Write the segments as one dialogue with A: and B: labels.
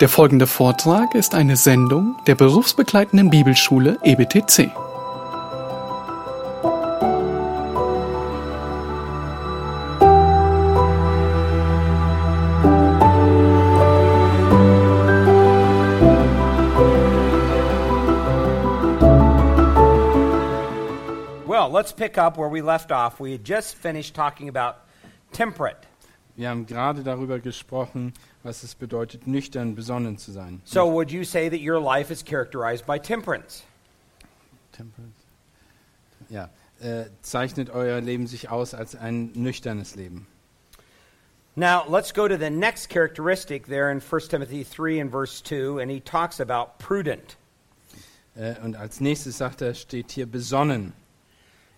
A: Der folgende Vortrag ist eine Sendung der berufsbegleitenden Bibelschule E EBTC.
B: Well, let's pick up where we left off. We had just finished talking about temperate.
C: Wir haben gerade darüber gesprochen, was es bedeutet, nüchtern besonnen zu sein.
B: So, would you say that your life is characterized by temperance?
C: Temperance. Ja, äh, zeichnet euer Leben sich aus als ein nüchternes Leben.
B: Now, let's go to the next characteristic there in 1 Timothy 3 and verse 2, and he talks about prudent.
C: Äh, und als nächstes sagt er, steht hier besonnen.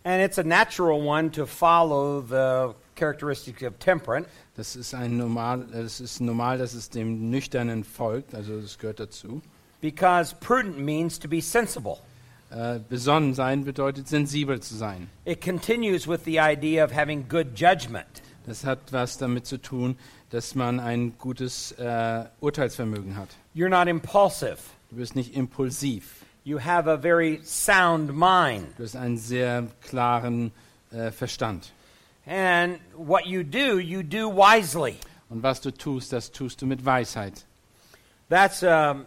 B: And it's a natural one to follow the characteristics of temperate.
C: Das ist, ein normal, äh, das ist normal, dass es dem Nüchternen folgt, also das gehört dazu.
B: Because prudent means to be sensible.
C: Äh, besonnen sein bedeutet, sensibel zu sein.
B: It continues with the idea of having good judgment.
C: Das hat was damit zu tun, dass man ein gutes äh, Urteilsvermögen hat.
B: You're not impulsive.
C: Du bist nicht impulsiv.
B: You have a very sound mind.
C: Du hast einen sehr klaren äh, Verstand.
B: And what you do, you do wisely.
C: Und was du tust, das tust du mit Weisheit.
B: That's, um,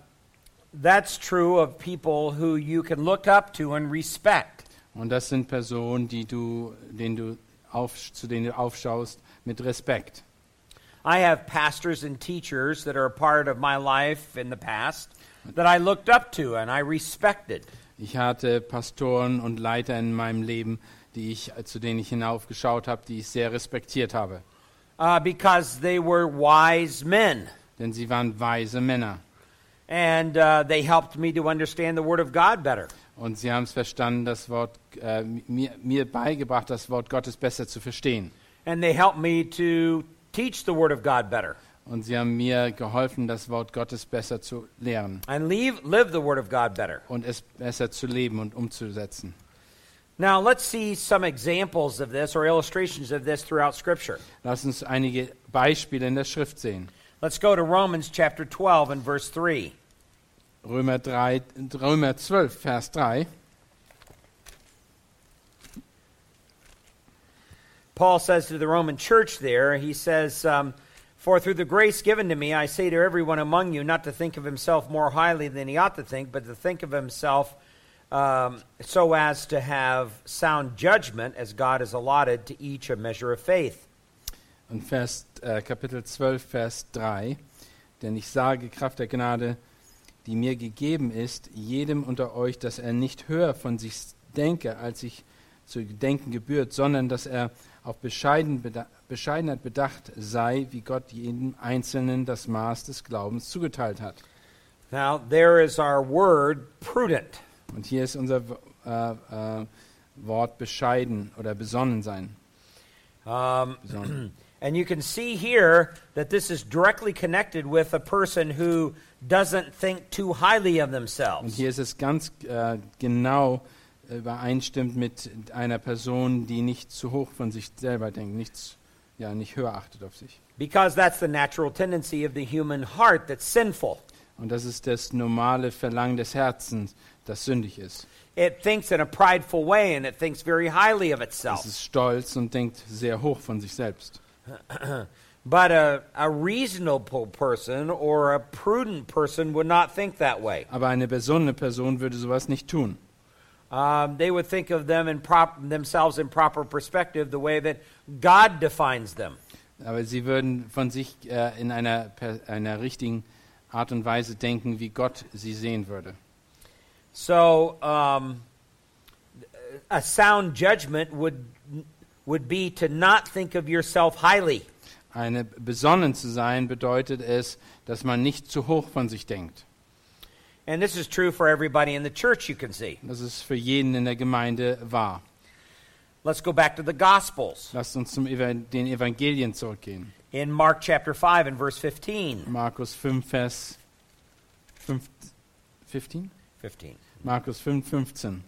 B: that's true of people who you can look up to and respect.
C: Und das sind Personen, die du, denen du auf, zu denen du aufschaust mit Respekt.
B: I have pastors and teachers that are a part of my life in the past that I looked up to and I respected.
C: Ich hatte Pastoren und Leiter in meinem Leben, die ich, zu denen ich hinaufgeschaut habe, die ich sehr respektiert habe.
B: uh, because they were wise men.
C: Denn sie waren weise Männer.
B: And uh, they helped me to understand the Word of God better.
C: Und sie haben es verstanden, das Wort, äh, mir, mir beigebracht, das Wort Gottes besser zu verstehen.
B: And they helped me to teach the Word of God better
C: Und sie haben mir geholfen, das Wort Gottes besser zu lehren
B: and leave, live the Word of God better.
C: und es besser zu leben und umzusetzen.
B: Now, let's see some examples of this or illustrations of this throughout Scripture.
C: Lass uns einige Beispiele in der Schrift sehen.
B: Let's go to Romans chapter 12 and verse 3.
C: Römer, 3, Römer 12, Vers 3.
B: Paul says to the Roman church there, he says, um, For through the grace given to me, I say to everyone among you not to think of himself more highly than he ought to think, but to think of himself um, so as to have sound judgment as God has allotted to each a measure of faith.
C: Und Vers, äh, Kapitel 12, Vers 3. Denn ich sage Kraft der Gnade, die mir gegeben ist, jedem unter euch, dass er nicht höher von sich denke, als ich zu denken gebührt, sondern dass er auf Bescheiden, beda Bescheidenheit bedacht sei, wie Gott jedem Einzelnen das Maß des Glaubens zugeteilt hat.
B: Now, there is our word, prudent.
C: Und hier ist unser W- äh, äh, Wort bescheiden oder besonnen sein.
B: Um,
C: Besonnen.
B: and you can see here that this is directly connected with a person who doesn't think too highly of
C: Und
B: themselves.
C: hier ist es ganz äh, genau übereinstimmt mit einer Person, die nicht zu hoch von sich selber denkt, nicht, z- ja, nicht höher achtet auf sich.
B: Because that's the natural tendency of the human heart that's sinful.
C: Und das ist das normale Verlangen des Herzens, das sündig ist.
B: It thinks in a prideful way and it thinks very highly of
C: Es
B: itself.
C: ist stolz und denkt sehr hoch von sich selbst.
B: But a, a reasonable person or a prudent person would not think that way.
C: Aber eine besonnene Person würde sowas nicht tun.
B: Um, they would think of them in prop, themselves in proper perspective, the way that God defines them.
C: Aber sie würden von sich äh, in einer, per- einer richtigen Art und Weise denken, wie Gott sie sehen würde.
B: So um, a sound judgment would, would be to not think of yourself highly.
C: Eine besonnen zu sein bedeutet es, dass man nicht zu hoch von sich denkt.
B: And this is true for everybody in the church, you can see.
C: Das ist für jeden in der Gemeinde wahr.
B: Let's go back to the Gospels
C: Lasst uns zum Eva den Evangelien zurückgehen.
B: in Mark chapter 5 and verse 15.
C: Markus 5, Vers 5, 15?
B: 15.
C: Markus 5, 15.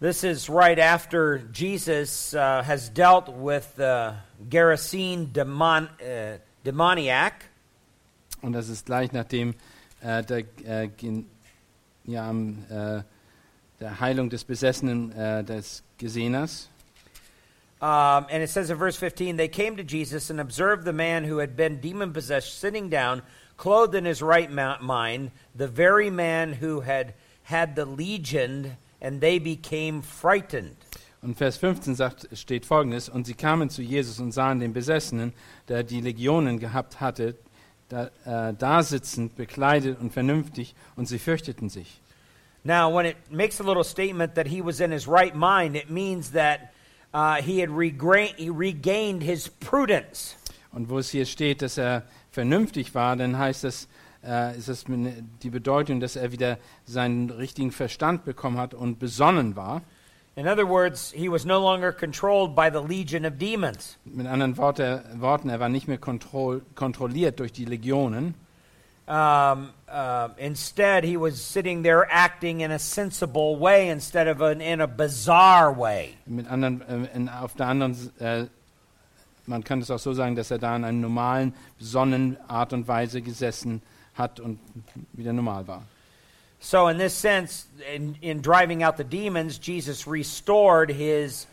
B: This is right after Jesus uh, has dealt with the Gerasene demon, uh, demoniac.
C: Und das ist gleich nachdem äh, der, äh, Gen- ja, am, äh, der Heilung des Besessenen äh, des Gesehners.
B: Um, and it says in verse 15, they came to Jesus and observed the man who had been demon possessed sitting down, clothed in his right ma- mind, the very man who had had the legion, and they became frightened.
C: Und Vers 15 sagt, steht folgendes: Und sie kamen zu Jesus und sahen den Besessenen, der die Legionen gehabt hatte, da, äh, da sitzend, bekleidet und vernünftig, und sie fürchteten sich.
B: Now, when it makes a little statement that he was in his right mind, it means that uh, he had regra- he regained his prudence.
C: Und wo es hier steht, dass er vernünftig war, dann heißt das, äh, ist das mit- die Bedeutung, dass er wieder seinen richtigen Verstand bekommen hat und besonnen war.
B: In other words, he was no longer controlled by the legion of demons.
C: Mit anderen Worte, Worten, er war nicht mehr kontroll, kontrolliert durch die Legionen,
B: Um, uh, instead, he was sitting there acting in a sensible way instead of an, in a bizarre way.
C: mit anderen, äh, in, auf der anderen, S- äh, man kann es auch so sagen, dass er da in einer normalen, besonnenen Art und Weise gesessen hat und wieder normal war.
B: So, in this sense, in, in driving out the demons, Jesus restored his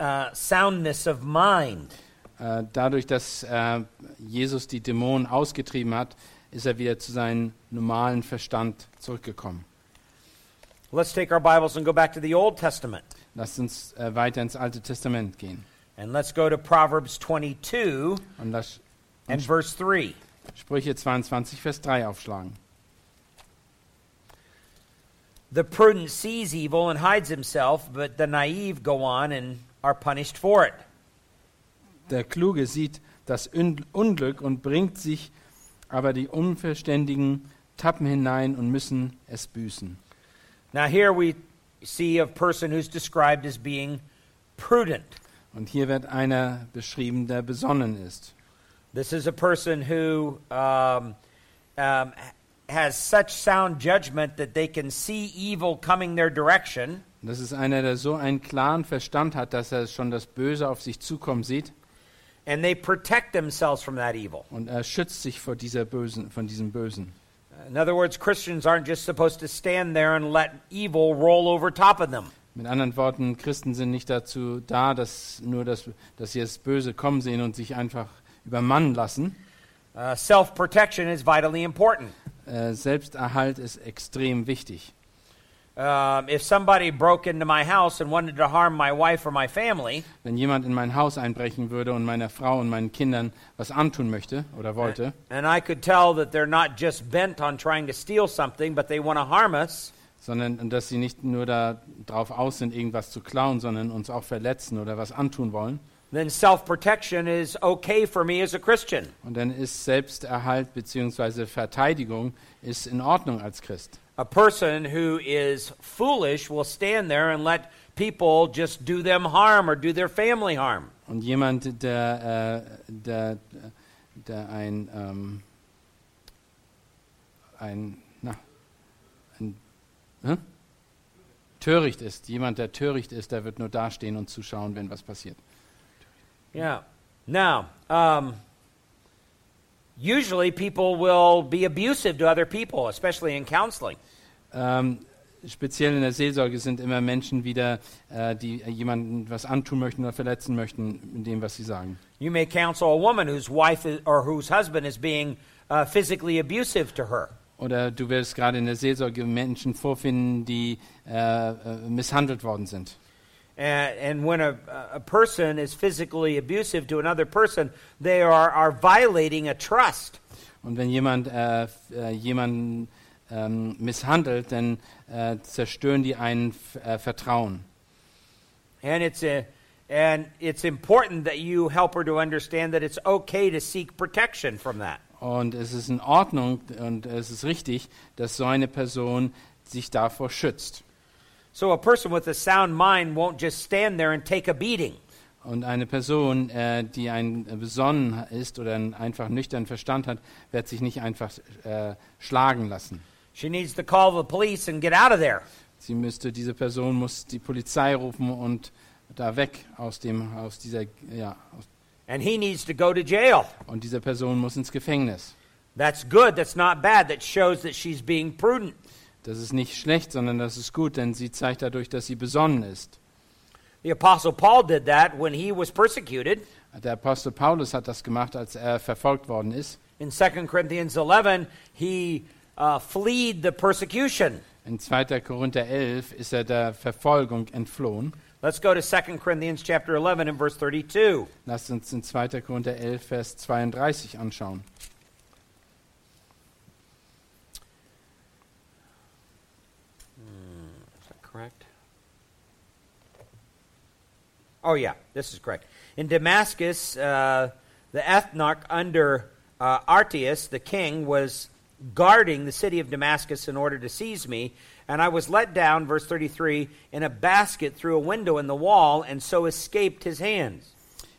B: uh, soundness of mind.
C: Äh, dadurch, dass äh, Jesus die Dämonen ausgetrieben hat, ist er wieder zu seinem normalen Verstand zurückgekommen.
B: Let's take our Bibles and go back to the Old Testament.
C: Lasst uns äh, weiter ins Alte Testament gehen.
B: And let's go to Proverbs 22
C: Und das
B: and verse 3.
C: Sprüche 22, Vers 3 aufschlagen.
B: The prudent sees evil and hides himself, but the naive go on and are punished for it.
C: Der Kluge sieht das Un Unglück und bringt sich, aber die Unverständigen tappen hinein und müssen es büßen.
B: Now, here we see a person who's described as being prudent.
C: Und hier wird einer beschrieben, der besonnen ist.
B: This is a person who um, um, has such sound judgment that they can see evil coming their direction
C: Und das ist einer, der so einen klaren Verstand hat, dass er schon das Böse auf sich zukommen sieht
B: and they protect themselves from that evil.
C: und er schützt sich vor dieser Bösen, von diesem Bösen.
B: In other words, Christians aren't just supposed to stand there and let evil roll over top of them.
C: Mit anderen Worten, Christen sind nicht dazu da, dass nur das, dass sie das Böse kommen sehen und sich einfach übermannen lassen.
B: Uh, Self protection is vitally important.
C: Äh, Selbsterhalt ist extrem wichtig.
B: Um, if somebody broke into my house and wanted to harm my wife or my family,
C: Wenn jemand in mein Haus einbrechen würde und meiner Frau und meinen Kindern was antun möchte oder wollte,
B: and I could tell that they're not just bent on trying to steal something, but they want to harm us,
C: sondern und dass sie nicht nur darauf aus sind, irgendwas zu klauen, sondern uns auch verletzen oder was antun wollen,
B: then self protection is okay for me as a Christian.
C: und dann ist Selbsterhalt bzw. Verteidigung ist in Ordnung als Christ.
B: A person who is foolish will stand there and let people just do them harm or do their family harm.
C: Und jemand, der, äh, der, der ein, ähm, ein, na, ein hä? töricht ist, jemand, der töricht ist, der wird nur dastehen und zuschauen, wenn was passiert.
B: Yeah. Now, um, usually people will be abusive to other people, especially in counseling.
C: Ähm, speziell in der Seelsorge sind immer Menschen wieder, äh, die jemanden was antun möchten oder verletzen möchten mit dem, was sie sagen.
B: You may counsel a woman whose wife is, or whose husband is being uh, physically abusive to her.
C: Oder du wirst gerade in der Seelsorge Menschen vorfinden, die äh, äh, misshandelt worden sind.
B: And, and when a, a person is physically abusive to another person, they are, are violating a trust.
C: Und wenn jemand äh, f- äh, jemanden ähm, misshandelt, dann äh, zerstören die einen F- äh, Vertrauen.
B: And it's, a, and it's important that you help her to understand that it's okay to seek protection from that.
C: Und es ist in Ordnung und es ist richtig, dass so eine Person sich davor schützt.
B: So a person with a sound mind won't just stand there and take a beating.
C: Und eine Person, äh, die ein äh, besonnen ist oder einen einfach nüchtern Verstand hat, wird sich nicht einfach äh, schlagen lassen.
B: She needs to call the police and get out of there.
C: Sie müsste, diese Person muss die Polizei rufen und da weg aus dem, aus dieser, ja, aus,
B: And he needs to go to jail.
C: und diese Person muss ins Gefängnis.
B: That's good. That's not bad. That shows that she's being prudent.
C: Das ist nicht schlecht, sondern das ist gut, denn sie zeigt dadurch, dass sie besonnen ist.
B: The Apostle Paul did that when he was persecuted.
C: Der Apostel Paulus hat das gemacht, als er verfolgt worden ist.
B: In 2 Corinthians 11, he uh, fleed the persecution.
C: In 2. Korinther 11 ist er der Verfolgung entflohen.
B: Let's go to 2 Corinthians chapter 11 and verse 32.
C: Lasst uns in 2. Korinther 11, Vers 32 anschauen.
B: Is that correct? Oh, yeah, this is correct. In Damascus, uh, the ethnarch under uh, Artius, the king, was guarding the city of Damascus in order to seize me. And I was let down, verse 33, in a basket through a window in the wall, and so escaped his hands.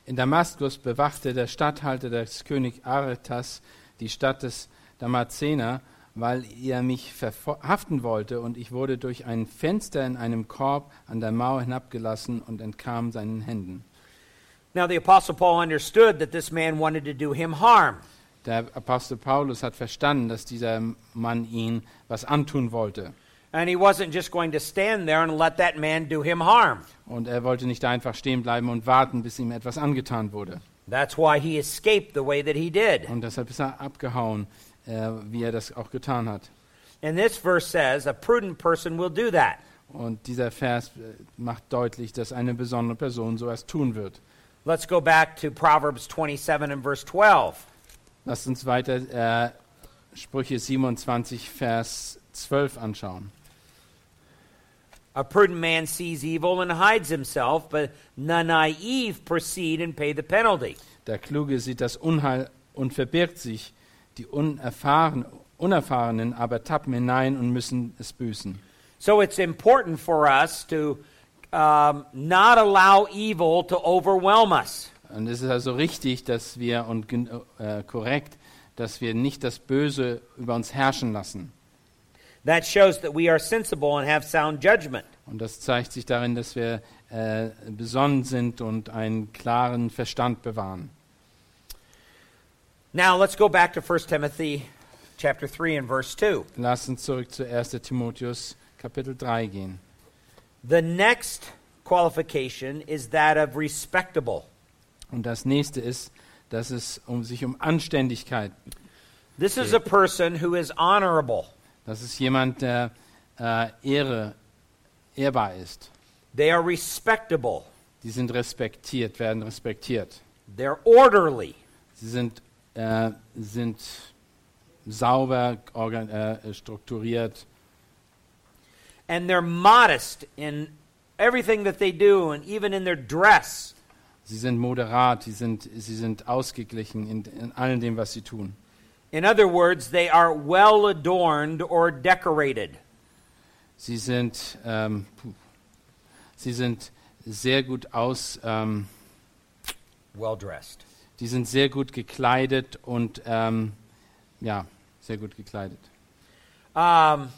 C: In Damaskus bewachte der Statthalter des König Aretas die Stadt des Damazener, weil er mich verhaften wollte, und ich wurde durch ein Fenster in einem Korb an der Mauer hinabgelassen und entkam seinen Händen.
B: Now, the Apostle Paul understood that this man wanted to do him harm.
C: Der Apostel Paulus hat verstanden, dass dieser Mann ihn was antun wollte.
B: And he wasn't just going to stand there and let that man do him harm.
C: Und er wollte nicht einfach stehen bleiben und warten, bis ihm etwas angetan wurde.
B: That's why he escaped the way that he did.
C: Und deshalb ist er abgehauen, äh, wie er das auch getan hat.
B: And this verse says a prudent person will do that.
C: Und dieser Vers äh, macht deutlich, dass eine besondere Person so etwas tun wird.
B: Let's go back to Proverbs 27 and verse 12.
C: Lasst uns weiter äh, Sprüche 27, Vers 12 anschauen.
B: A prudent man sees evil and hides himself, but the naive proceed and pay the penalty.
C: Der Kluge sieht das Unheil und verbirgt sich. Die Unerfahren, Unerfahrenen aber tappen hinein und müssen es büßen.
B: So it's important for us to um, not allow evil to overwhelm us.
C: Und es ist also richtig, dass wir und gen- äh, korrekt, dass wir nicht das Böse über uns herrschen lassen.
B: That shows that we are sensible and have sound judgment.
C: Und das zeigt sich darin, dass wir äh, besonnen sind und einen klaren Verstand bewahren.
B: Now let's go back to 1 Timothy chapter 3 and verse 2.
C: Lasst uns zurück zu 1. Timotheus Kapitel 3 gehen.
B: The next qualification is that of respectable.
C: Und das nächste ist, dass es um sich um Anständigkeit,
B: This is a person who is honorable.
C: das ist jemand, der äh, Ehre, ehrbar ist.
B: They are respectable.
C: Die sind respektiert, werden respektiert.
B: They're orderly.
C: Sie sind, äh, sind sauber organ- äh, strukturiert
B: And they're modest in everything that they do and even in their dress.
C: Sie sind moderat, sie sind, sie sind ausgeglichen in, in allem dem, was sie tun.
B: In other words, they are well adorned or decorated.
C: Sie sind, ähm, puh, sie sind sehr gut aus, ähm,
B: Well dressed.
C: die sind sehr gut gekleidet und ähm, ja, sehr gut gekleidet.
B: Um,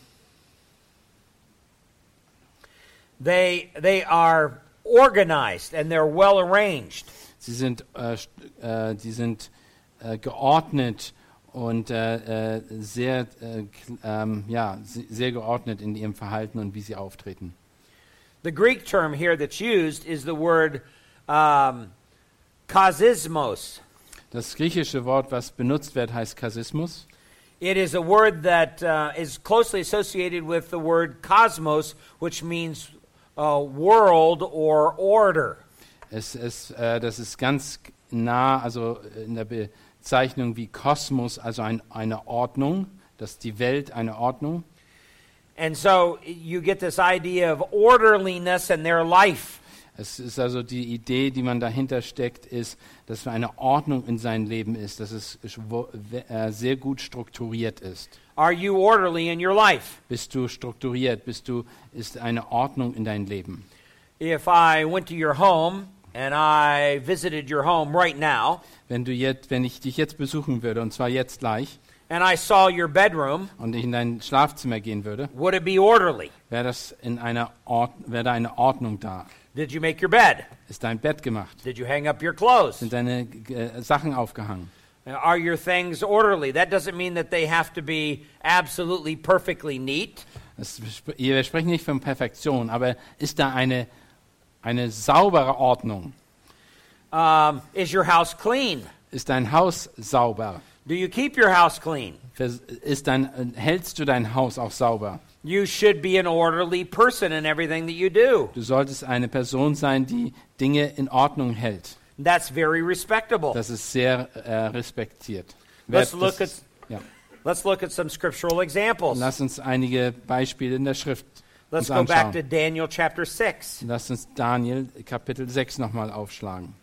B: they, they are organized and they're well arranged.
C: Sie sind, äh, st- äh, die sind äh, geordnet und äh, äh, sehr, äh, kl- ähm, ja, se- sehr geordnet in ihrem Verhalten und wie sie auftreten.
B: The Greek term here that's used is the word um, kazismos.
C: Das griechische Wort, was benutzt wird, heißt Kasismus.
B: It is a word that uh, is closely associated with the word cosmos, which means uh, world or order.
C: Es ist, äh, das ist ganz nah, also in der Bezeichnung wie Kosmos, also ein, eine Ordnung, dass die Welt eine Ordnung.
B: And so you get this idea of orderliness in their life.
C: Es ist also die Idee, die man dahinter steckt, ist, dass eine Ordnung in seinem Leben ist, dass es sch- wo- we- äh, sehr gut strukturiert ist.
B: Are you orderly in your life?
C: Bist du strukturiert? Bist du ist eine Ordnung in deinem Leben?
B: If I went to your home and I visited your home right now,
C: Wenn du jetzt, wenn ich dich jetzt besuchen würde und zwar jetzt gleich
B: and I saw your bedroom,
C: und ich in dein Schlafzimmer gehen würde,
B: would it be orderly?
C: wäre das in einer Ord wäre da eine Ordnung da.
B: Did you make your bed?
C: Ist dein Bett gemacht?
B: Did you hang up your clothes?
C: sind deine äh, Sachen aufgehangen.
B: Are your things orderly? That doesn't mean that they have to be absolutely perfectly neat.
C: Das, besp- wir sprechen nicht von Perfektion, aber ist da eine, eine saubere Ordnung?
B: Um, is your house clean?
C: Ist dein Haus sauber?
B: Do you keep your house clean?
C: Vers- Ist dein, hältst du dein Haus auch sauber?
B: You should be an orderly person in everything that you do.
C: Du solltest eine Person sein, die Dinge in Ordnung hält.
B: That's very respectable.
C: Das ist sehr äh, respektiert.
B: Let's
C: Wer-
B: look
C: das ist- ja.
B: Let's look at some scriptural examples.
C: Lass uns einige Beispiele in der Schrift
B: Let's
C: uns
B: go back to
C: anschauen.
B: Daniel chapter 6.
C: Lass uns Daniel Kapitel 6 nochmal aufschlagen.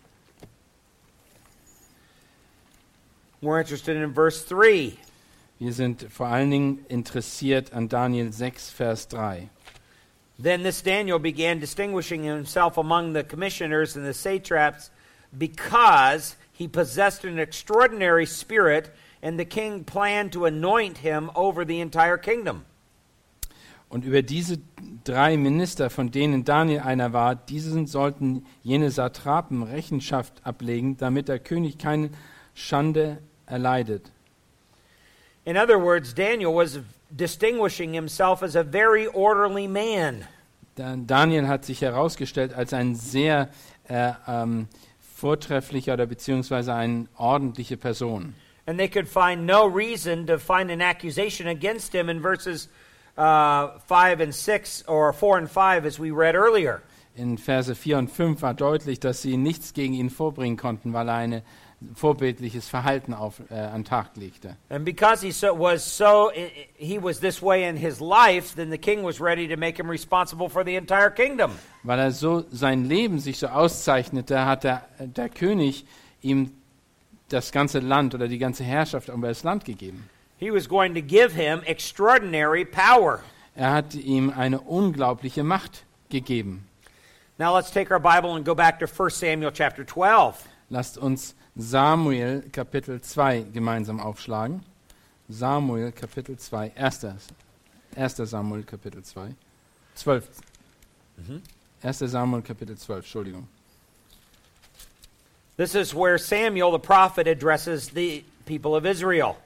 B: We're interested in verse 3.
C: Wir sind vor allen Dingen interessiert an Daniel 6, Vers 3.
B: Then this Daniel began distinguishing himself among the commissioners and the satraps because he possessed an extraordinary spirit, and the king planned to anoint him over the entire kingdom.
C: Und über diese drei Minister, von denen Daniel einer war, diesen sollten jene Satrapen Rechenschaft ablegen, damit der König keine Schande erleidet.
B: In other words, Daniel was distinguishing himself as a very orderly man.
C: Dan- Daniel hat sich herausgestellt als ein sehr äh, ähm, vortrefflicher oder beziehungsweise eine ordentliche Person.
B: And they could find no reason to find an accusation against him in verses uh, 5 and 6, or 4 and 5, as we read earlier.
C: In Verse 4 und 5 war deutlich, dass sie nichts gegen ihn vorbringen konnten, weil er ein vorbildliches Verhalten auf, äh, an den Tag legte.
B: And because he so, was so, i- i- he was this way in his life, then the king was ready to make him responsible for the entire kingdom.
C: Weil er so sein Leben sich so auszeichnete, hat der, der König ihm das ganze Land oder die ganze Herrschaft über das Land gegeben.
B: He was going to give him extraordinary power.
C: Er hat ihm eine unglaubliche Macht gegeben.
B: Now let's take our Bible and go back to 1 Samuel chapter 12.
C: Lasst uns Samuel Kapitel 2 gemeinsam aufschlagen. Samuel Kapitel 2, 1. 1. Samuel Kapitel 2, 12. 1. Samuel Kapitel 12, Entschuldigung.
B: This is where Samuel the prophet addresses the people of Israel.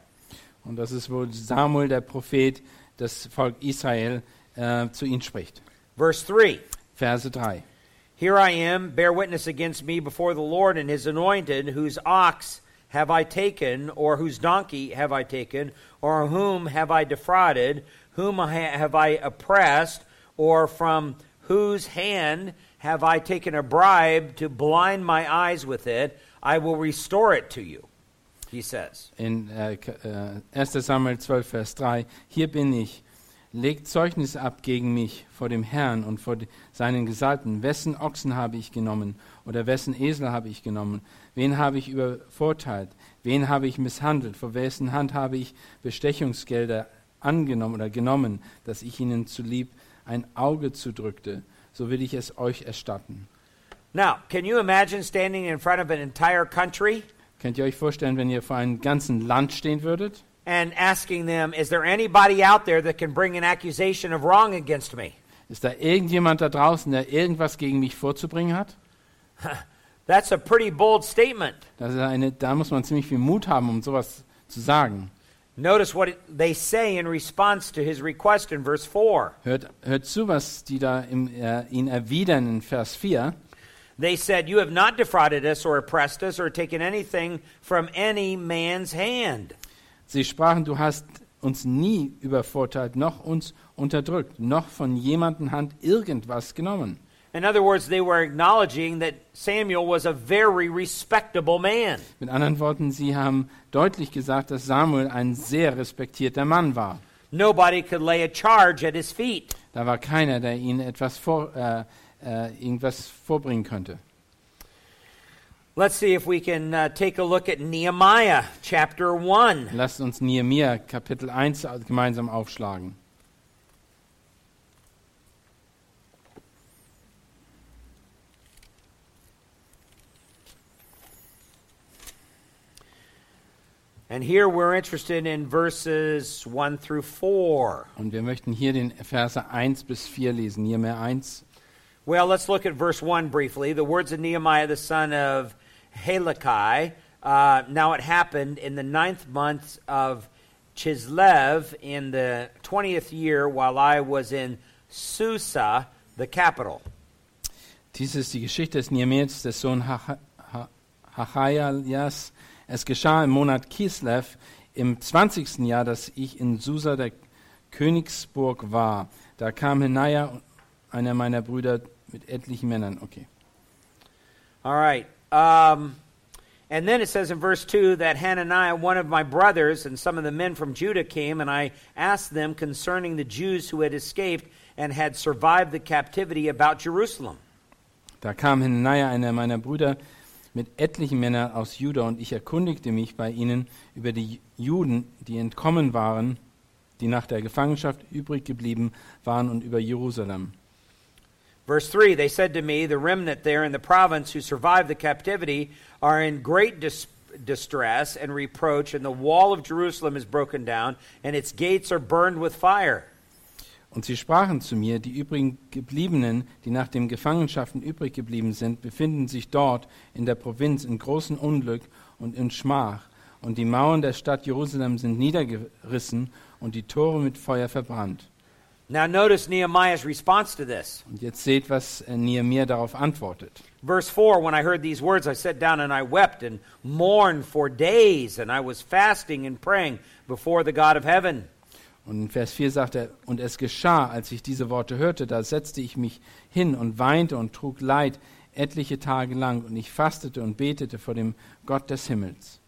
C: Und das ist, wo Samuel, der Prophet, das Volk Israel äh, zu ihnen spricht.
B: Verse 3
C: Verse 3.
B: Here I am, bear witness against me before the Lord and his anointed, whose ox have I taken, or whose donkey have I taken, or whom have I defrauded, whom I ha- have I oppressed, or from whose hand have I taken a bribe to blind my eyes with it? I will restore it to you, he says.
C: in äh, K- äh, 1. Samuel 12, Vers 3, hier bin ich, legt Zeugnis ab gegen mich vor dem Herrn und vor de- seinen Gesalten, wessen Ochsen habe ich genommen oder wessen Esel habe ich genommen, wen habe ich übervorteilt, wen habe ich misshandelt, vor wessen Hand habe ich Bestechungsgelder angenommen oder genommen, dass ich ihnen zulieb ein Auge zudrückte, so will ich es euch erstatten.
B: Now, can you imagine standing in front of an entire country
C: Könnt ihr euch vorstellen, wenn ihr vor einem ganzen Land stehen würdet?
B: and asking them, Is there anybody out there that can bring an accusation of wrong against me?
C: Ist da irgendjemand da draußen, der irgendwas gegen mich vorzubringen hat?
B: That's a pretty bold statement.
C: Das ist eine, da muss man ziemlich viel Mut haben, um sowas zu sagen.
B: Notice what it- they say in response to his request in verse 4.
C: Hört, hört zu, was die da im, äh, ihn erwidern in Vers 4.
B: They said, You have not defrauded us or oppressed us or taken anything from any man's hand.
C: Sie sprachen, du hast uns nie übervorteilt, noch uns unterdrückt, noch von jemanden Hand irgendwas genommen.
B: In other words, they were acknowledging that Samuel was a very respectable man.
C: Mit anderen Worten, sie haben deutlich gesagt, dass Samuel ein sehr respektierter Mann war.
B: Nobody could lay a charge at his feet.
C: Da war keiner, der ihnen etwas vor, äh, äh, irgendwas vorbringen könnte.
B: Let's see if we can uh, take a look at Nehemiah chapter 1.
C: Lasst uns Nehemia Kapitel 1 au- gemeinsam aufschlagen.
B: And here we're interested in verses 1 through 4.
C: Und wir möchten hier den Verse 1 bis 4 lesen. Nehemia 1.
B: Well, let's look at verse 1 briefly. The words of Nehemiah the son of Halakhi, Uh, now it happened in the ninth month of Chislev in the 20th year while I was in Susa, the capital.
C: Dies ist die Geschichte des Niemets, des Sohn Hacha- Ha- Hachaias. Es geschah im Monat Kislev im 20. Jahr, dass ich in Susa der Königsburg war. Da kam Hinaja, einer meiner Brüder, mit etlichen Männern. Okay.
B: All right. Um, and then it says in verse 2 that Hananiah, one of my brothers, and some of the men from Judah came, and I asked them concerning the Jews who had escaped and had survived the captivity about Jerusalem.
C: Da kam Hinaja, einer meiner Brüder, mit etlichen Männern aus Juda und ich erkundigte mich bei ihnen über die Juden, die entkommen waren, die nach der Gefangenschaft übrig geblieben waren und über Jerusalem.
B: Verse 3 They said to me, The remnant there in the province who survived the captivity are in great dis- distress and reproach, and the wall of Jerusalem is broken down, and its gates are burned with fire.
C: Und sie sprachen zu mir, die übrigen Gebliebenen, die nach den Gefangenschaften übrig geblieben sind, befinden sich dort in der Provinz in großem Unglück und in Schmach, und die Mauern der Stadt Jerusalem sind niedergerissen und die Tore mit Feuer verbrannt.
B: Now, notice Nehemiah's response to this.
C: Und jetzt seht, was äh, Nehemiah darauf antwortet.
B: Verse 4 When I heard these words, I sat down and I wept and mourned for days, and I was fasting and praying before the God of heaven.
C: Und in Vers 4 sagt er, und es geschah, als ich diese Worte hörte, da setzte ich mich hin und weinte und trug Leid etliche Tage lang, und ich fastete und betete vor dem Gott des Himmels.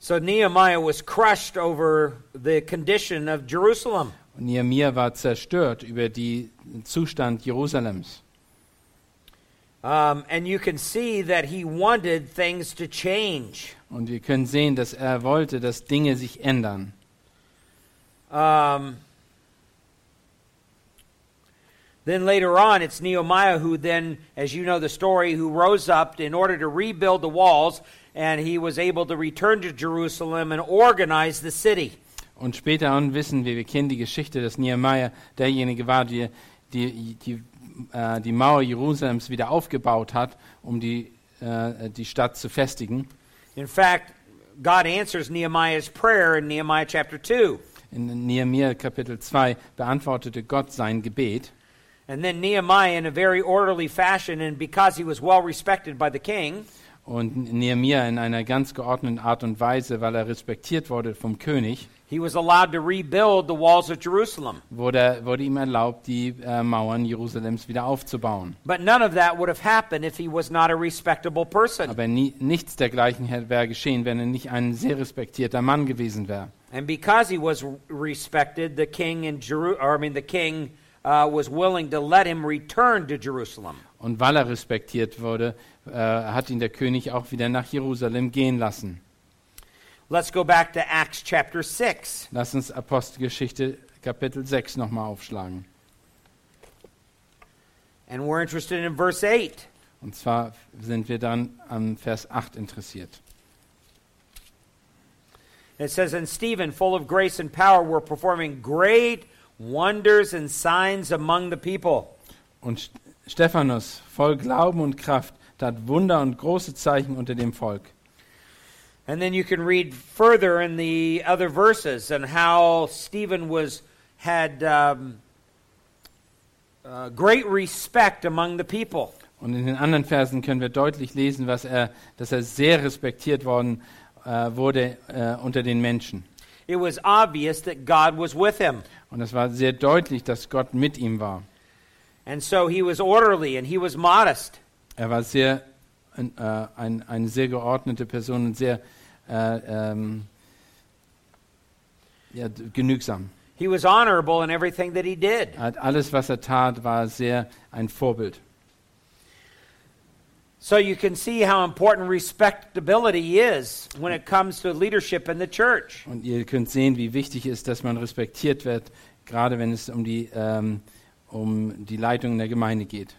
B: So Nehemiah was crushed over the condition of Jerusalem.
C: Und Nehemiah war zerstört über die- den Zustand Jerusalems.
B: Um, and you can see that he wanted things to change.
C: Und wir können sehen, dass er wollte, dass Dinge sich ändern.
B: Um, then later on, it's Nehemiah who then, as you know the story, who rose up in order to rebuild the walls, and he was able to return to Jerusalem and organize the city.
C: Und später on wissen wir, wir kennen die Geschichte, dass Nehemiah derjenige war, der die, die, äh, die Mauer Jerusalems wieder aufgebaut hat, um die, äh, die Stadt zu festigen.
B: In fact, God answers Nehemiah's prayer in Nehemiah chapter 2.
C: In Nehemiah Kapitel 2 beantwortete Gott sein Gebet.
B: And then Nehemiah, in a very orderly fashion, and because he was well respected by the king,
C: Und Nehemiah in einer ganz geordneten Art und Weise, weil er respektiert wurde vom König,
B: he was allowed to rebuild the walls of Jerusalem.
C: wurde, wurde ihm erlaubt, die äh, Mauern Jerusalems wieder aufzubauen.
B: But none of that would have happened if he was not a respectable person.
C: Aber nie, nichts dergleichen hätte- wäre geschehen, wenn er nicht ein sehr respektierter Mann gewesen wäre.
B: And because he was respected, the king in Jeru- or I mean the king uh, was willing to let him return to Jerusalem.
C: Und weil er respektiert wurde, äh, hat ihn der König auch wieder nach Jerusalem gehen lassen.
B: Let's go back to Acts chapter 6.
C: Lass uns Apostelgeschichte Kapitel 6 nochmal aufschlagen.
B: And we're interested in verse 8.
C: Und zwar sind wir dann am Vers 8 interessiert.
B: It says, And Stephen, full of grace and power, were performing great wonders and signs among the people.
C: Und St- Stephanus, voll Glauben und Kraft, tat Wunder und große Zeichen unter dem Volk.
B: And then you can read further in the other verses and how Stephen was had um, uh, great respect among the people.
C: Und in den anderen Versen können wir deutlich lesen, was er, dass er sehr respektiert worden äh, wurde äh, unter den Menschen.
B: It was obvious that God was with him,
C: Und es war sehr deutlich, dass Gott mit ihm war.
B: and so he was orderly and he was modest.
C: Er war sehr ein, äh, ein, eine sehr geordnete Person und sehr äh, ähm, ja, d- genügsam.
B: He was honorable in everything that he did.
C: Er hat alles, was er tat, war sehr ein Vorbild.
B: So you can see how important respectability is when it comes to leadership in the church.
C: Und ihr könnt sehen, wie wichtig es ist, dass man respektiert wird, gerade wenn es um die, ähm, um die Leitung in der Gemeinde geht.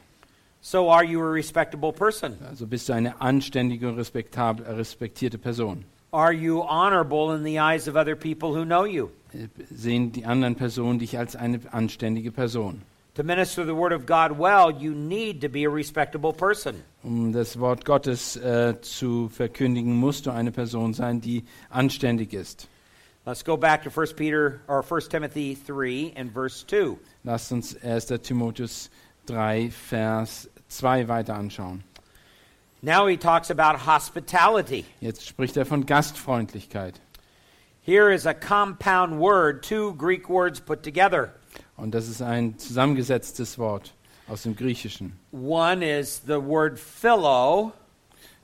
B: So are you a respectable person?
C: Also bist du eine anständige und respektab- äh, respektierte Person.
B: Are you honorable in the eyes of other people who know you?
C: Äh, Sehen die anderen Personen dich als eine anständige Person.
B: to minister the Word of God well, you need to be a respectable person.
C: Um das Wort Gottes äh, zu verkündigen, musst du eine Person sein, die anständig ist.
B: Let's go back to 1 Peter or 1 Timothy 3 and verse 2.
C: Lasst uns 1. Timotheus 3, Vers 2 weiter anschauen.
B: Now he talks about hospitality.
C: Jetzt spricht er von Gastfreundlichkeit.
B: Here is a compound word, two Greek words put together.
C: Und das ist ein zusammengesetztes Wort aus dem Griechischen.
B: One is the word philo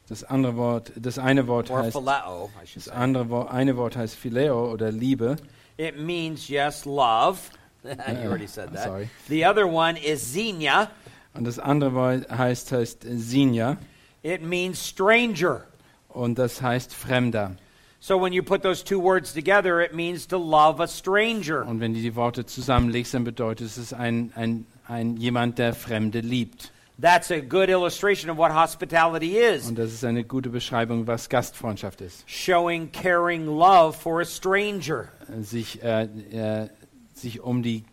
C: Das andere Wort, das eine Wort
B: or
C: heißt,
B: phileo, I should
C: das
B: say.
C: andere Wort, eine Wort heißt Phileo oder Liebe.
B: It means yes, love. you already said that.
C: sorry.
B: The other one is xenia.
C: Und das andere Wort heißt, heißt Sinja
B: It means stranger.
C: und das heißt Fremder.
B: So when you put those two words together, it means to love a stranger.
C: Und wenn du die Worte zusammenlegst, dann bedeutet es es ist ein, ein, ein jemand, der Fremde liebt.
B: That's a good illustration of what hospitality is.
C: Und das ist eine gute Beschreibung, was Gastfreundschaft ist.
B: Showing caring love for a stranger.
C: Sich, äh, äh, sich um die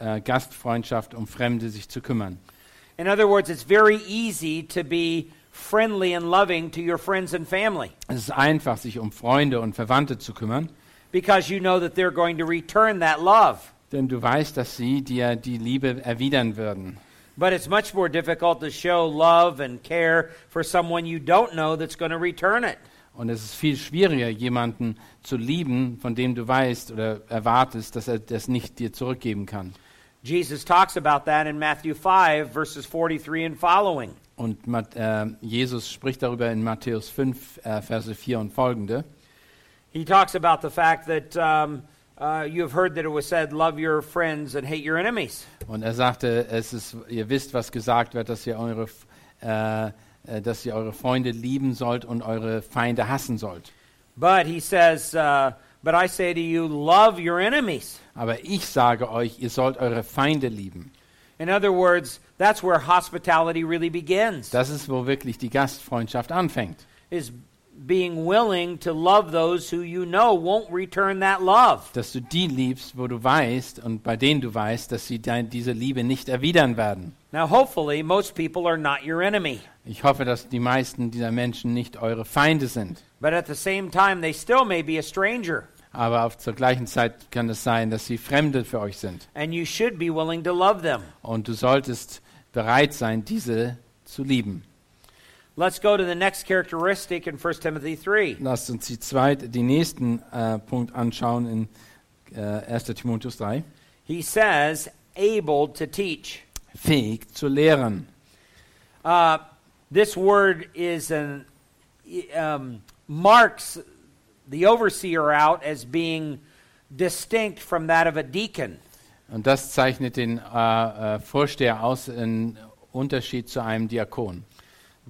C: äh, Gastfreundschaft, um Fremde sich zu kümmern.
B: In other words, it's very easy to be friendly and loving to your friends and family
C: Es ist einfach, sich um Freunde und Verwandte zu kümmern,
B: because you know that they're going to return that love.
C: denn du weißt, dass sie dir die Liebe erwidern würden.
B: But it's much more difficult to show love and care for someone you don't know that's going to return it.
C: Und es ist viel schwieriger, jemanden zu lieben, von dem du weißt oder erwartest, dass er das nicht dir zurückgeben kann.
B: Jesus talks about that in Matthew 5, verses 43 and following.
C: Und Mat- äh, Jesus spricht darüber in Matthäus 5, äh, Verse 4 und folgende.
B: He talks about the fact that um, uh, you have heard that it was said, Love your friends and hate your enemies.
C: Und er sagte, es ist, ihr wisst, was gesagt wird, dass ihr eure, F- äh, äh, dass ihr eure Freunde lieben sollt und eure Feinde hassen sollt.
B: But he says, uh, But I say to you, love your enemies.
C: Aber ich sage euch, ihr sollt eure Feinde lieben.
B: In other words, that's where hospitality really begins,
C: Das ist, wo wirklich die Gastfreundschaft anfängt.
B: is being willing to love those who you know won't return that love.
C: Dass du die liebst, wo du weißt und bei denen du weißt, dass sie dein, diese Liebe nicht erwidern werden.
B: Now, hopefully, most people are not your enemy.
C: Ich hoffe, dass die meisten dieser Menschen nicht eure Feinde sind.
B: But at the same time, they still may be a stranger.
C: Aber auf, zur gleichen Zeit kann es sein, dass sie Fremde für euch sind.
B: And you should be willing to love them.
C: Und du solltest bereit sein, diese zu lieben.
B: Let's go to the next characteristic in 1 Timothy 3.
C: Lasst uns die, zweite, die nächsten äh, Punkt anschauen in äh, 1. Timotheus 3.
B: He says, able to teach.
C: Fähig zu lehren.
B: Uh, this word is an, um, marks the overseer out as being distinct from that of a deacon.
C: Und das zeichnet den äh, äh, Vorsteher aus in Unterschied zu einem Diakon.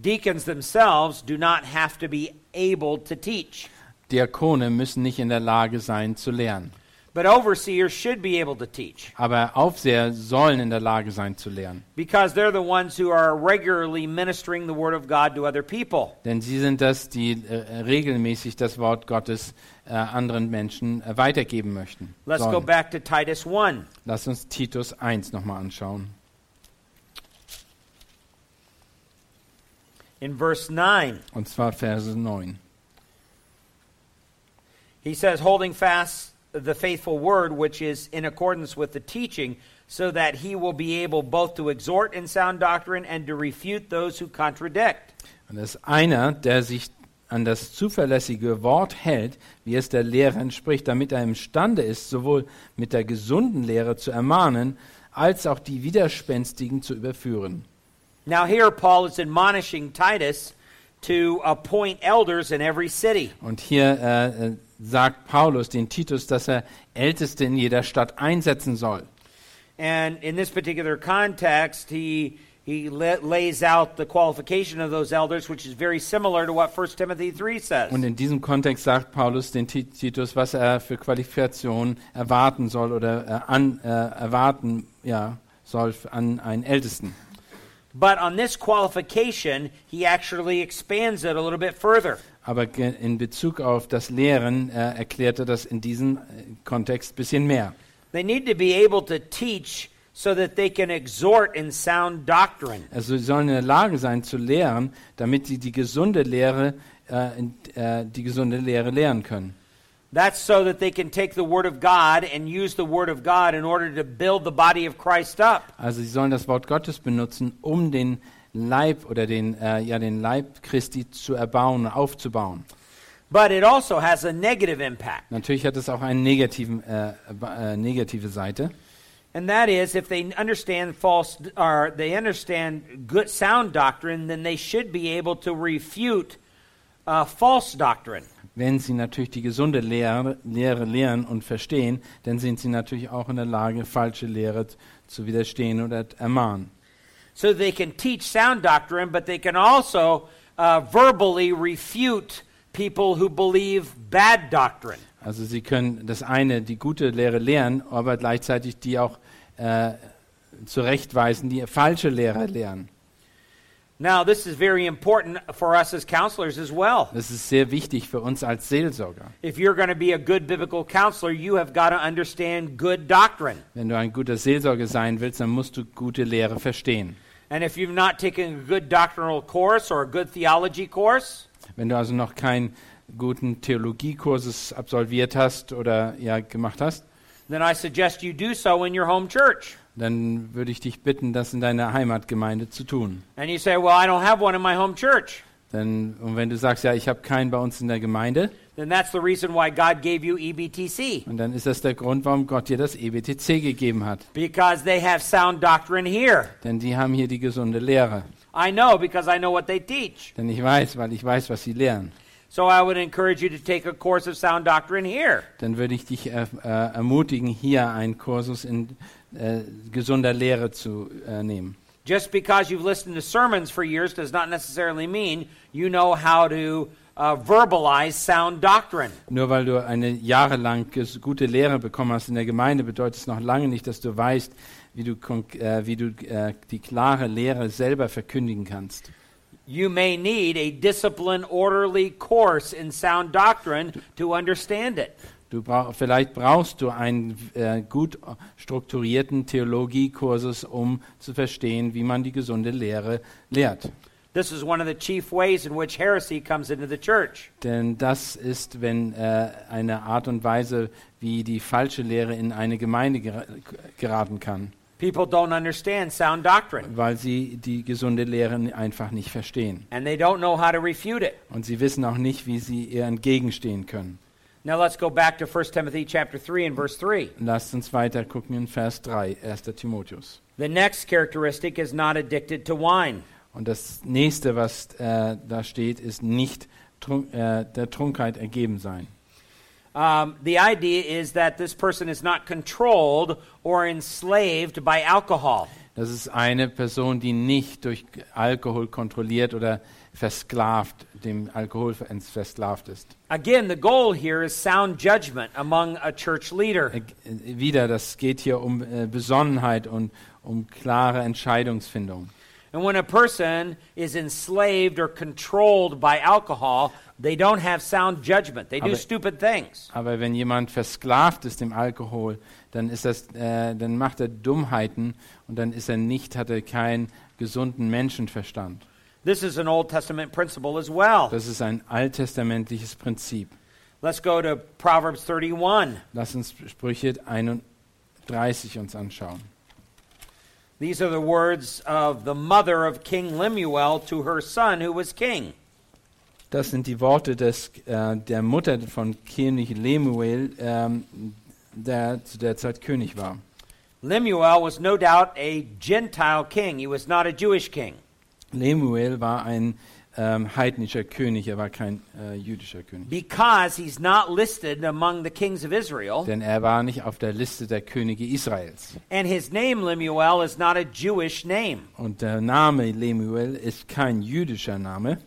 B: Deacons themselves do not have to be able to teach,
C: Diakone müssen nicht in der Lage sein zu lehren,
B: but overseers should be able to teach
C: aber Aufseher sollen in der Lage sein zu lehren,
B: because they're the ones who are regularly ministering the Word of God to other people.
C: denn sie sind das, die äh, regelmäßig das Wort Gottes äh, anderen Menschen äh, weitergeben möchten.
B: Let's go
C: sollen.
B: back to Titus 1.
C: Lass uns Titus 1 nochmal anschauen.
B: In verse 9,
C: Und zwar Verse 9.
B: he says, holding fast the faithful word which is in accordance with the teaching, so that he will be able both to exhort in sound doctrine and to refute those who contradict.
C: Und es ist einer, der sich an das zuverlässige Wort hält, wie es der Lehre entspricht, damit er imstande ist, sowohl mit der gesunden Lehre zu ermahnen, als auch die Widerspenstigen zu überführen.
B: Now, here Paul is admonishing Titus to appoint elders in every city.
C: Und hier äh, äh, sagt Paulus den Titus, dass er Älteste in jeder Stadt einsetzen soll.
B: And in this particular context, he. He la- lays out the qualification of those elders, which is very similar to what 1 Timothy 3 says.
C: Und in diesem Kontext sagt Paulus den Ti- Titus, was er für Qualifikationen erwarten soll oder äh, an, äh, erwarten ja, soll an einen Ältesten.
B: But on this qualification, he actually expands it a little bit further.
C: Aber ge- in Bezug auf das Lehren äh, erklärte das in diesem äh, Kontext bisschen mehr.
B: They need to be able to teach so that they can exhort in sound doctrine.
C: Also sie sollen in der Lage sein zu lehren, damit sie die gesunde Lehre, äh, in, äh, die gesunde Lehre lehren können.
B: That's so that they can take the Word of God and use the Word of God in order to build the body of Christ up.
C: Also sie sollen das Wort Gottes benutzen, um den Leib oder den, äh, ja, den Leib Christi zu erbauen und aufzubauen.
B: But it also has a negative impact.
C: Natürlich hat es auch eine negativen, äh, ba- äh, negative Seite.
B: And that is, if they understand false, or they understand good sound doctrine, then they should be able to refute uh, false doctrine.
C: Wenn sie natürlich die gesunde Lehre, Lehre lehren und verstehen, dann sind sie natürlich auch in der Lage, falsche Lehre t- zu widerstehen oder t- ermahnen.
B: So they can teach sound doctrine, but they can also uh, verbally refute people who believe bad doctrine.
C: Also sie können das eine, die gute Lehre lehren, aber gleichzeitig die auch äh, zurechtweisen, die falsche Lehre lehren.
B: Now, this is very important for us as counselors as well.
C: Das ist sehr wichtig für uns als Seelsorger.
B: If you're going to be a good biblical counselor, you have got to understand good doctrine.
C: Wenn du ein guter Seelsorger sein willst, dann musst du gute Lehre verstehen.
B: And if you've not taken a good doctrinal course or a good theology course,
C: Wenn du also noch keinen guten Theologiekurses absolviert hast oder ja gemacht hast,
B: then I suggest you do so in your home church.
C: dann würde ich dich bitten, das in deiner Heimatgemeinde zu tun.
B: And you say, Well, I don't have one in my home church.
C: Denn, und wenn du sagst, ja, ich habe keinen bei uns in der Gemeinde,
B: Then that's the reason why God gave you E EBTC,
C: und dann ist das der Grund, warum Gott dir das E EBTC gegeben hat.
B: because they have sound doctrine here.
C: Denn die haben hier die gesunde Lehre.
B: I know because I know what they teach.
C: Denn ich weiß, weil ich weiß, was sie lehren.
B: So I would encourage you to take a course of sound doctrine here.
C: Dann würde ich dich äh, äh, ermutigen, hier einen Kursus in äh, gesunder Lehre zu äh, nehmen.
B: Just because you've listened to sermons for years does not necessarily mean you know how to uh, verbalize sound doctrine.
C: Nur weil du eine jahrelang ges- gute Lehre bekommen hast in der Gemeinde, bedeutet es noch lange nicht, dass du weißt, wie du, konk- äh, wie du äh, die klare Lehre selber verkündigen kannst.
B: You may need a disciplined, orderly course in sound doctrine to understand it.
C: Du brauch, vielleicht brauchst du einen äh, gut strukturierten Theologiekursus, um zu verstehen, wie man die gesunde Lehre lehrt.
B: This is one of the chief ways in which heresy comes into the church.
C: Denn das ist, wenn äh, eine Art und Weise, wie die falsche Lehre in eine Gemeinde gera geraten kann,
B: People don't understand sound doctrine,
C: weil sie die gesunde Lehre n- einfach nicht verstehen.
B: and they don't know how to refute it.
C: Und sie wissen auch nicht, wie sie ihr entgegenstehen können.
B: Now let's go back to 1 Timothy chapter 3 and verse 3.
C: Lasst uns weiter gucken in Vers 3, 1. Timotheus.
B: The next characteristic is not addicted to wine.
C: Und das nächste, was äh, da steht, ist nicht trunk, äh, der Trunkenheit ergeben sein.
B: Um, the idea is that this person is not controlled or enslaved by alcohol.
C: Das ist eine Person, die nicht durch Alkohol kontrolliert oder versklavt, dem Alkohol ver- versklavt ist.
B: Again, the goal here is sound judgment among a church leader.
C: Äh, wieder, das geht hier um äh, Besonnenheit und um klare Entscheidungsfindung.
B: And when a person is enslaved or controlled by alcohol, they don't have sound judgment. They do
C: Aber-
B: stupid things.
C: Aber wenn jemand versklavt ist dem Alkohol, dann ist das, äh, dann macht er Dummheiten und dann ist er nicht, hat er keinen gesunden Menschenverstand.
B: This is an Old Testament principle as well.
C: Das ist ein alttestamentliches Prinzip.
B: Let's go to Proverbs 31.
C: Lass uns Sprüche 31 uns anschauen.
B: These are the words of the mother of King Lemuel to her son who was king.
C: Das sind die Worte des, äh, der Mutter von König Lemuel, ähm, der zu der Zeit König war.
B: Lemuel was no doubt a Gentile king. He was not a Jewish king.
C: Lemuel war ein ähm, heidnischer König, er war kein äh, jüdischer König.
B: Because he's not listed among the kings of Israel,
C: Denn er war nicht auf der Liste der Könige Israels.
B: and his name Lemuel is not a Jewish name.
C: Und der Name Lemuel ist kein jüdischer Name.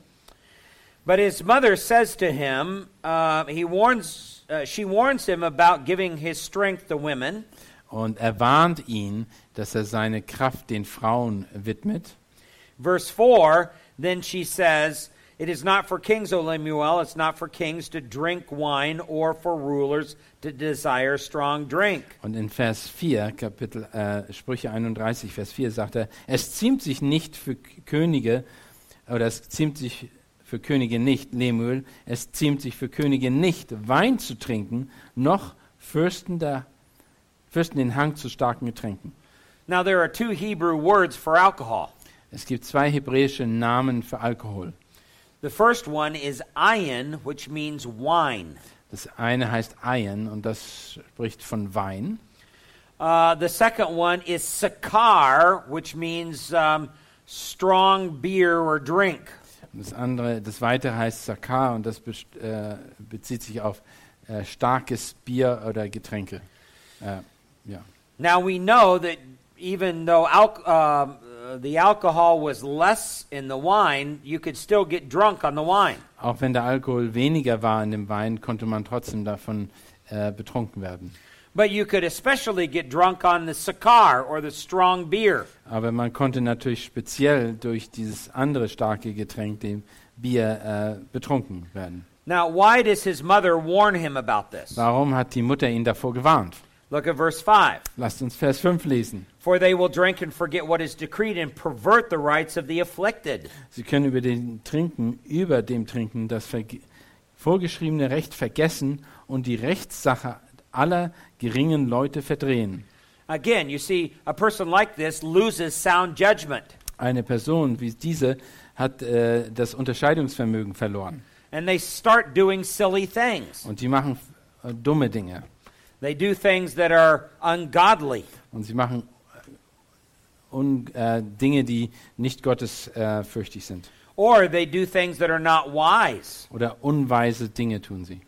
B: But his mother says to him, uh, he warns, uh, she warns him about giving his strength to women,
C: Und er warnt ihn, dass er seine Kraft den Frauen widmet.
B: Verse 4, then she says, It is not for kings, O Lemuel, it's not for kings to drink wine or for rulers to desire strong drink.
C: Und in Vers 4, Kapitel äh, Sprüche 31, Vers 4 sagt er, es ziemt sich nicht für K- Könige, oder es ziemt sich für Könige nicht, Lemuel, es ziemt sich für Könige nicht, Wein zu trinken, noch Fürsten, der, Fürsten den Hang zu starken Getränken.
B: Now, there are two Hebrew words for alcohol.
C: Es gibt zwei hebräische Namen für Alkohol.
B: The first one is ayin, which means wine.
C: Das eine heißt Eien und das spricht von Wein.
B: Uh, the second one is sakar, which means um, strong beer or drink.
C: Und Das andere, das weitere heißt Sakar und das best- äh, bezieht sich auf äh, starkes Bier oder Getränke. Äh, ja.
B: Now we know that even though al- um, uh, the alcohol was less in the wine, you could still get drunk on the wine.
C: Auch wenn der Alkohol weniger war in dem Wein, konnte man trotzdem davon äh, betrunken werden.
B: But you could especially get drunk on the sakar or the strong beer.
C: Aber man konnte natürlich speziell durch dieses andere starke Getränk, dem Bier, äh, betrunken werden.
B: Now, why does his mother warn him about this?
C: Warum hat die Mutter ihn davor gewarnt?
B: Look at verse 5.
C: Lasst uns Vers 5 lesen.
B: For they will drink and forget what is decreed and pervert the rights of the afflicted.
C: Sie können über den Trinken, über dem Trinken das verge- vorgeschriebene Recht vergessen und die Rechtssache aller geringen Leute verdrehen.
B: Again, you see, a person like this loses sound judgment.
C: Eine Person wie diese hat äh, das Unterscheidungsvermögen verloren
B: And they start doing silly things.
C: und die machen f- äh, dumme Dinge
B: They do things that are ungodly.
C: und sie machen äh, un, äh, Dinge, die nicht gottesfürchtig äh, fürchtig sind
B: or they do things that are not wise.
C: oder unweise Dinge tun sie.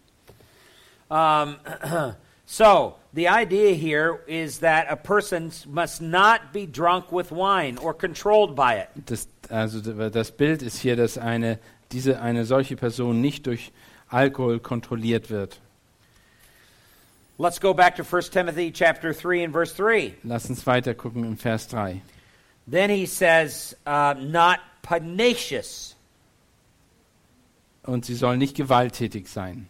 B: Um, so the idea here is that a person s- must not be drunk with wine or controlled by it.
C: Das, also d- das Bild ist hier, dass eine, diese, eine solche Person nicht durch Alkohol kontrolliert wird.
B: Let's go back to 1 Timothy chapter 3 and verse 3.
C: Lass uns weiter gucken im Vers 3.
B: Then he says, uh, not pugnacious.
C: Und sie soll nicht gewalttätig sein.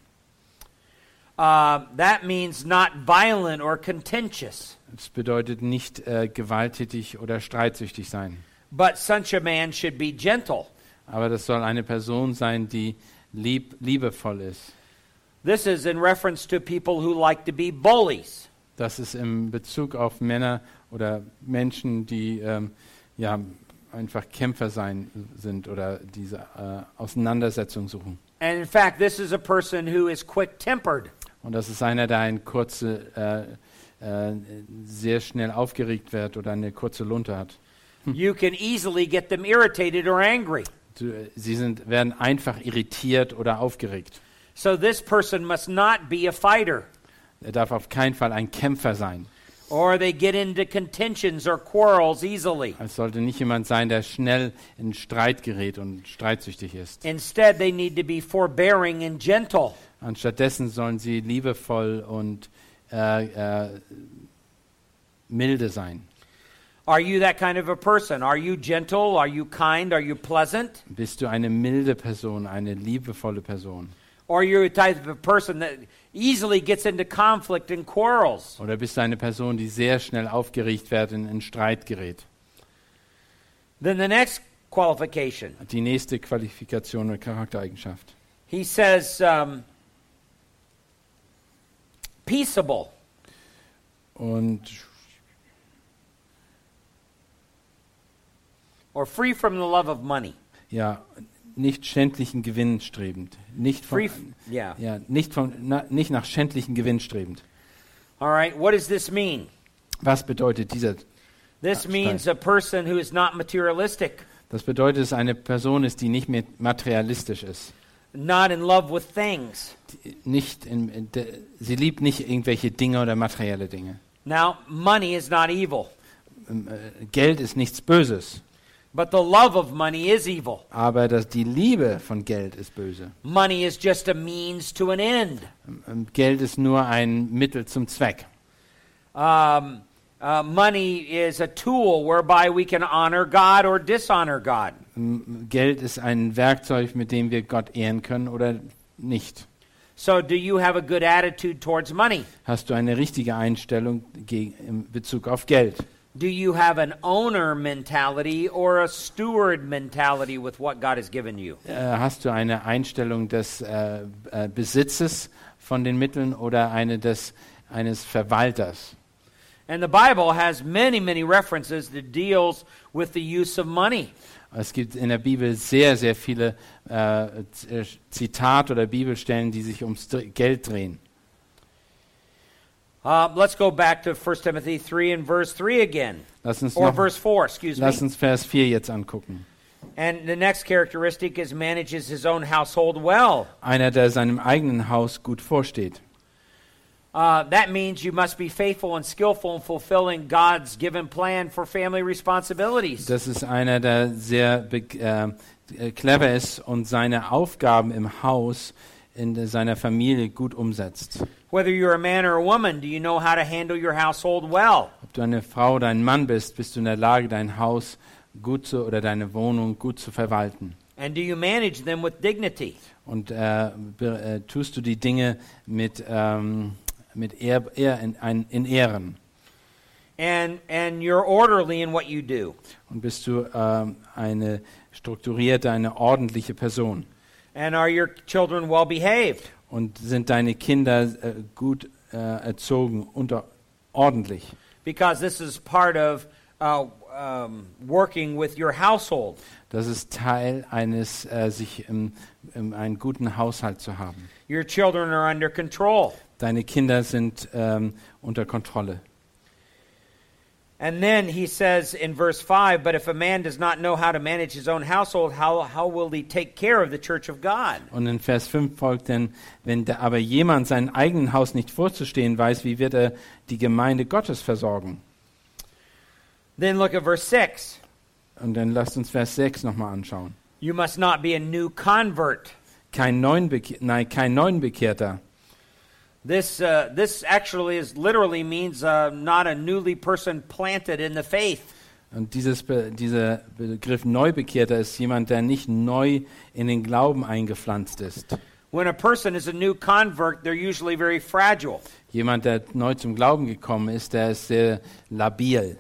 B: Uh, that means not violent or contentious.
C: Das bedeutet nicht äh, gewalttätig oder streitsüchtig sein.
B: But such a man should be gentle.
C: Aber das soll eine Person sein, die lieb, liebevoll ist.
B: This is in reference to people who like to be bullies.
C: Das ist im Bezug auf Männer oder Menschen, die ähm, ja, einfach Kämpfer sein sind oder diese äh, Auseinandersetzung suchen.
B: And in fact, this is a person who is quick tempered.
C: Und das ist einer, der ein kurze, äh, äh, sehr schnell aufgeregt wird oder eine kurze Lunte hat.
B: you can easily get them irritated or angry.
C: Du- äh, Sie sind, werden einfach irritiert oder aufgeregt.
B: So this person must not be a fighter,
C: Er darf auf keinen Fall ein Kämpfer sein.
B: or they get into contentions or quarrels easily.
C: Es sollte nicht jemand sein, der schnell in Streit gerät und streitsüchtig ist.
B: Instead, they need to be forbearing and gentle.
C: Anstattdessen sollen sie liebevoll und äh, äh, milde sein.
B: Are you that kind of a person? Are you gentle? Are you kind? Are you pleasant?
C: Bist du eine milde Person, eine liebevolle Person?
B: Or you're the type of person that easily gets into conflict and quarrels?
C: Oder bist du eine Person, die sehr schnell aufgeregt wird und in Streit gerät?
B: Then the next qualification
C: Die nächste Qualifikation oder Charaktereigenschaft.
B: he says, um, peaceable.
C: Und
B: or free from the love of money.
C: ja, nicht schändlichen Gewinn strebend. Nicht von,
B: Free, f- yeah.
C: ja, nicht, von, na, nicht nach schändlichen Gewinn strebend.
B: All right. What does this mean?
C: Was bedeutet dieser?
B: This
C: That's
B: means a person who is not materialistic,
C: Das bedeutet, dass eine Person ist, die nicht mehr materialistisch ist.
B: not in love with things.
C: Die nicht in, in de, sie liebt nicht irgendwelche Dinge oder materielle Dinge.
B: Now, money is not evil,
C: Ähm, äh, Geld ist nichts Böses,
B: but the love of money is evil.
C: aber das, die Liebe von Geld ist böse.
B: Money is just a means to an end.
C: Ähm, ähm, Geld ist nur ein Mittel zum Zweck.
B: Um, uh, money is a tool whereby we can honor God or dishonor God.
C: M- Ähm, Geld ist ein Werkzeug, mit dem wir Gott ehren können oder nicht.
B: So, do you have a good attitude towards money?
C: Hast du eine richtige Einstellung gegen, in Bezug auf Geld?
B: Do you have an owner mentality or a steward mentality with what God has given you?
C: Äh, hast du eine Einstellung des äh, äh, Besitzes von den Mitteln oder eine des, eines Verwalters?
B: And the Bible has many, many references that deals with the use of money.
C: Es gibt in der Bibel sehr, sehr viele äh, Z- äh, Zitate oder Bibelstellen, die sich ums Dr- Geld drehen.
B: Uh, let's go back to 1 Timothy 3 and verse 3 again,
C: Lass uns,
B: or
C: noch,
B: verse 4, excuse
C: lass
B: me.
C: uns Vers 4 jetzt angucken.
B: And the next characteristic is manages his own household well.
C: Einer, der seinem eigenen Haus gut vorsteht.
B: Uh, that means you must be faithful and skillful in fulfilling God's given plan for family responsibilities.
C: Das ist einer, der sehr beg- äh, äh, clever ist und seine Aufgaben im Haus in de- seiner Familie gut umsetzt.
B: Whether you're a man or a woman, do you know how to handle your household well?
C: Ob du eine Frau oder ein Mann bist, bist du in der Lage, dein Haus gut zu oder deine Wohnung gut zu verwalten.
B: And do you manage them with dignity?
C: Und äh, be, äh, tust du die Dinge mit, ähm, mit Ehr, Ehr, in, ein, in Ehren.
B: And, and you're orderly in what you do.
C: Und bist du ähm, eine strukturierte, eine ordentliche Person.
B: And are your children well behaved?
C: Und sind deine Kinder äh, gut äh, erzogen und ordentlich.
B: Because this is part of uh, um, working with your household.
C: Das ist Teil eines, äh, sich im, im, einen guten Haushalt zu haben.
B: Your children are under control.
C: Deine Kinder sind ähm, unter Kontrolle.
B: And then he says in verse 5 But if a man does not know how to manage his own household, how, how will he take care of the church of God?
C: Und in Vers 5 folgt dann, wenn da aber jemand seinen eigenen Haus nicht vorzustehen weiß, wie wird er die Gemeinde Gottes versorgen?
B: Then look at verse 6.
C: Und dann lasst uns Vers 6 nochmal anschauen.
B: You must not be a new convert.
C: Kein, neuen Beke nein, kein neuen Bekehrter.
B: This, uh, this actually is literally means uh, not a newly person planted in the faith.
C: Und dieses Be dieser Begriff Neubekehrter ist jemand, der nicht neu in den Glauben eingepflanzt ist.
B: When a person is a new convert, they're usually very fragile.
C: Jemand, der neu zum Glauben gekommen ist, der ist sehr labil.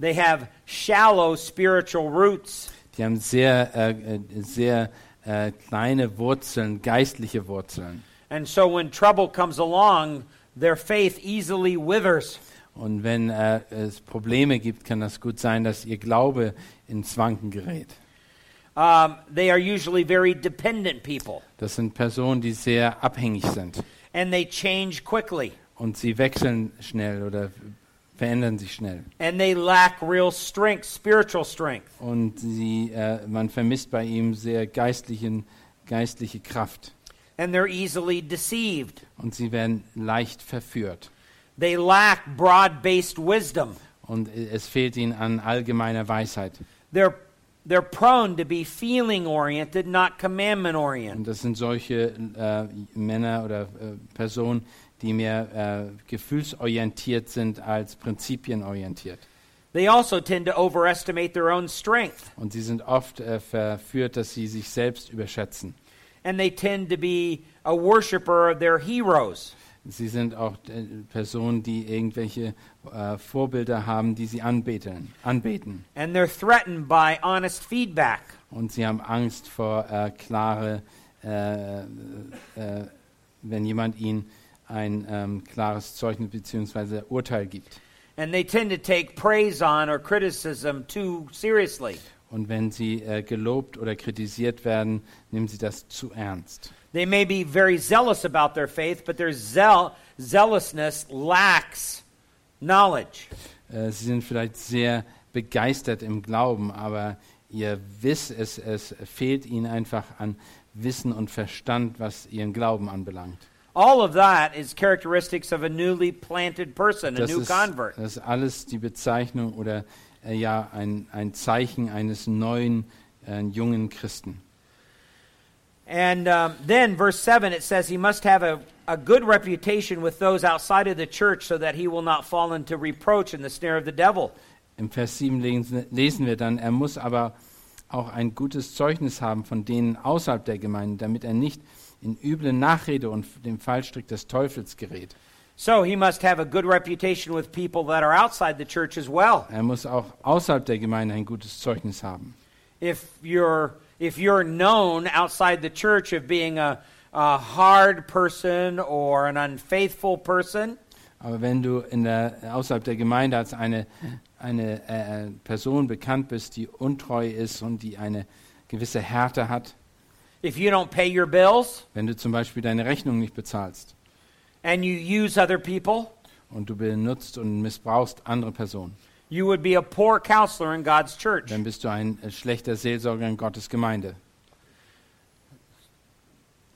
B: They have shallow spiritual roots.
C: Die haben sehr, äh, äh, sehr äh, kleine Wurzeln, geistliche Wurzeln.
B: And so when trouble comes along, their faith easily withers.
C: Und wenn äh, es Probleme gibt, kann das gut sein, dass ihr Glaube ins Wanken gerät.
B: Um, they are usually very dependent people,
C: Das sind Personen, die sehr abhängig sind.
B: and they change quickly,
C: Und sie wechseln schnell oder verändern sich schnell.
B: and they lack real strength, spiritual strength.
C: Und sie, äh, man vermisst bei ihm sehr geistlichen, geistliche Kraft.
B: And they're easily deceived.
C: Und sie werden leicht verführt.
B: They lack broad based wisdom.
C: Und äh, es fehlt ihnen an allgemeiner Weisheit.
B: They're, they're prone to be feeling oriented, not commandment
C: Und
B: oriented.
C: das sind solche äh, Männer oder äh, Personen, die mehr äh, gefühlsorientiert sind als prinzipienorientiert.
B: They also tend to overestimate their own strength,
C: Und sie sind oft äh, verführt, dass sie sich selbst überschätzen.
B: and they tend to be a worshiper of their heroes.
C: Sie sind auch äh, Personen, die irgendwelche äh, Vorbilder haben, die sie anbeten, anbeten.
B: And they're threatened by honest feedback.
C: Und sie haben Angst vor äh, klare, äh, äh, wenn jemand ihnen ein ähm, klares Zeugnis bzw. Urteil gibt.
B: And they tend to take praise on or criticism too seriously.
C: Und wenn sie äh, gelobt oder kritisiert werden, nehmen sie das zu ernst.
B: They may be very zealous about their faith, but their zeal- zealousness lacks knowledge.
C: Äh, sie sind vielleicht sehr begeistert im Glauben, aber ihr Wiss, es, es fehlt ihnen einfach an Wissen und Verstand, was ihren Glauben anbelangt.
B: All of that is characteristics of a newly planted person, a
C: Das
B: new
C: ist,
B: convert.
C: das ist alles die Bezeichnung oder äh, ja ein, ein Zeichen eines neuen, äh, jungen Christen.
B: And um, then, verse 7, it says he must have a, a good reputation with those outside of the church so that he will not fall into reproach and the snare of the devil.
C: Im Vers 7 lesen, lesen wir dann, er muss aber auch ein gutes Zeugnis haben von denen außerhalb der Gemeinde, damit er nicht in üble Nachrede und dem Fallstrick des Teufels gerät.
B: So he must have a good reputation with people that are outside the church as well.
C: Er muss auch außerhalb der Gemeinde ein gutes Zeugnis haben.
B: If you're if you're known outside the church of being a, a hard person or an unfaithful person,
C: Aber wenn du in der, außerhalb der Gemeinde als eine, eine äh, äh, Person bekannt bist, die untreu ist und die eine gewisse Härte hat,
B: if you don't pay your bills
C: wenn du zum Beispiel deine Rechnung nicht bezahlst
B: and you use other people,
C: und du benutzt und missbrauchst andere Personen,
B: you would be a poor counselor in God's church.
C: dann bist du ein äh, schlechter Seelsorger in Gottes Gemeinde.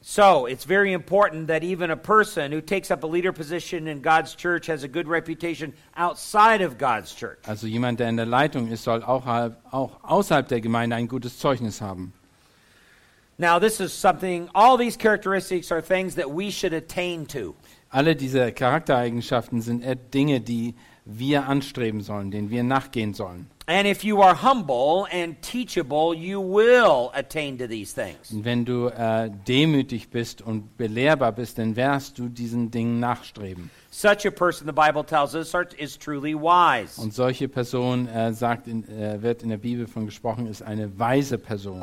B: So it's very important that even a person who takes up a leader position in God's church has a good reputation outside of God's church.
C: Also jemand, der in der Leitung ist, soll auch, halb- auch außerhalb der Gemeinde ein gutes Zeugnis haben.
B: Now, this is something, all these characteristics are things that we should attain to.
C: Alle diese Charaktereigenschaften sind äh, Dinge, die wir anstreben sollen, denen wir nachgehen sollen.
B: And if you are humble and teachable, you will attain to these things.
C: Und Wenn du äh, demütig bist und belehrbar bist, dann wirst du diesen Dingen nachstreben.
B: Such a person, the Bible tells us, are, is truly wise.
C: Und solche Person äh, sagt in, äh, wird in der Bibel von gesprochen, ist eine weise Person.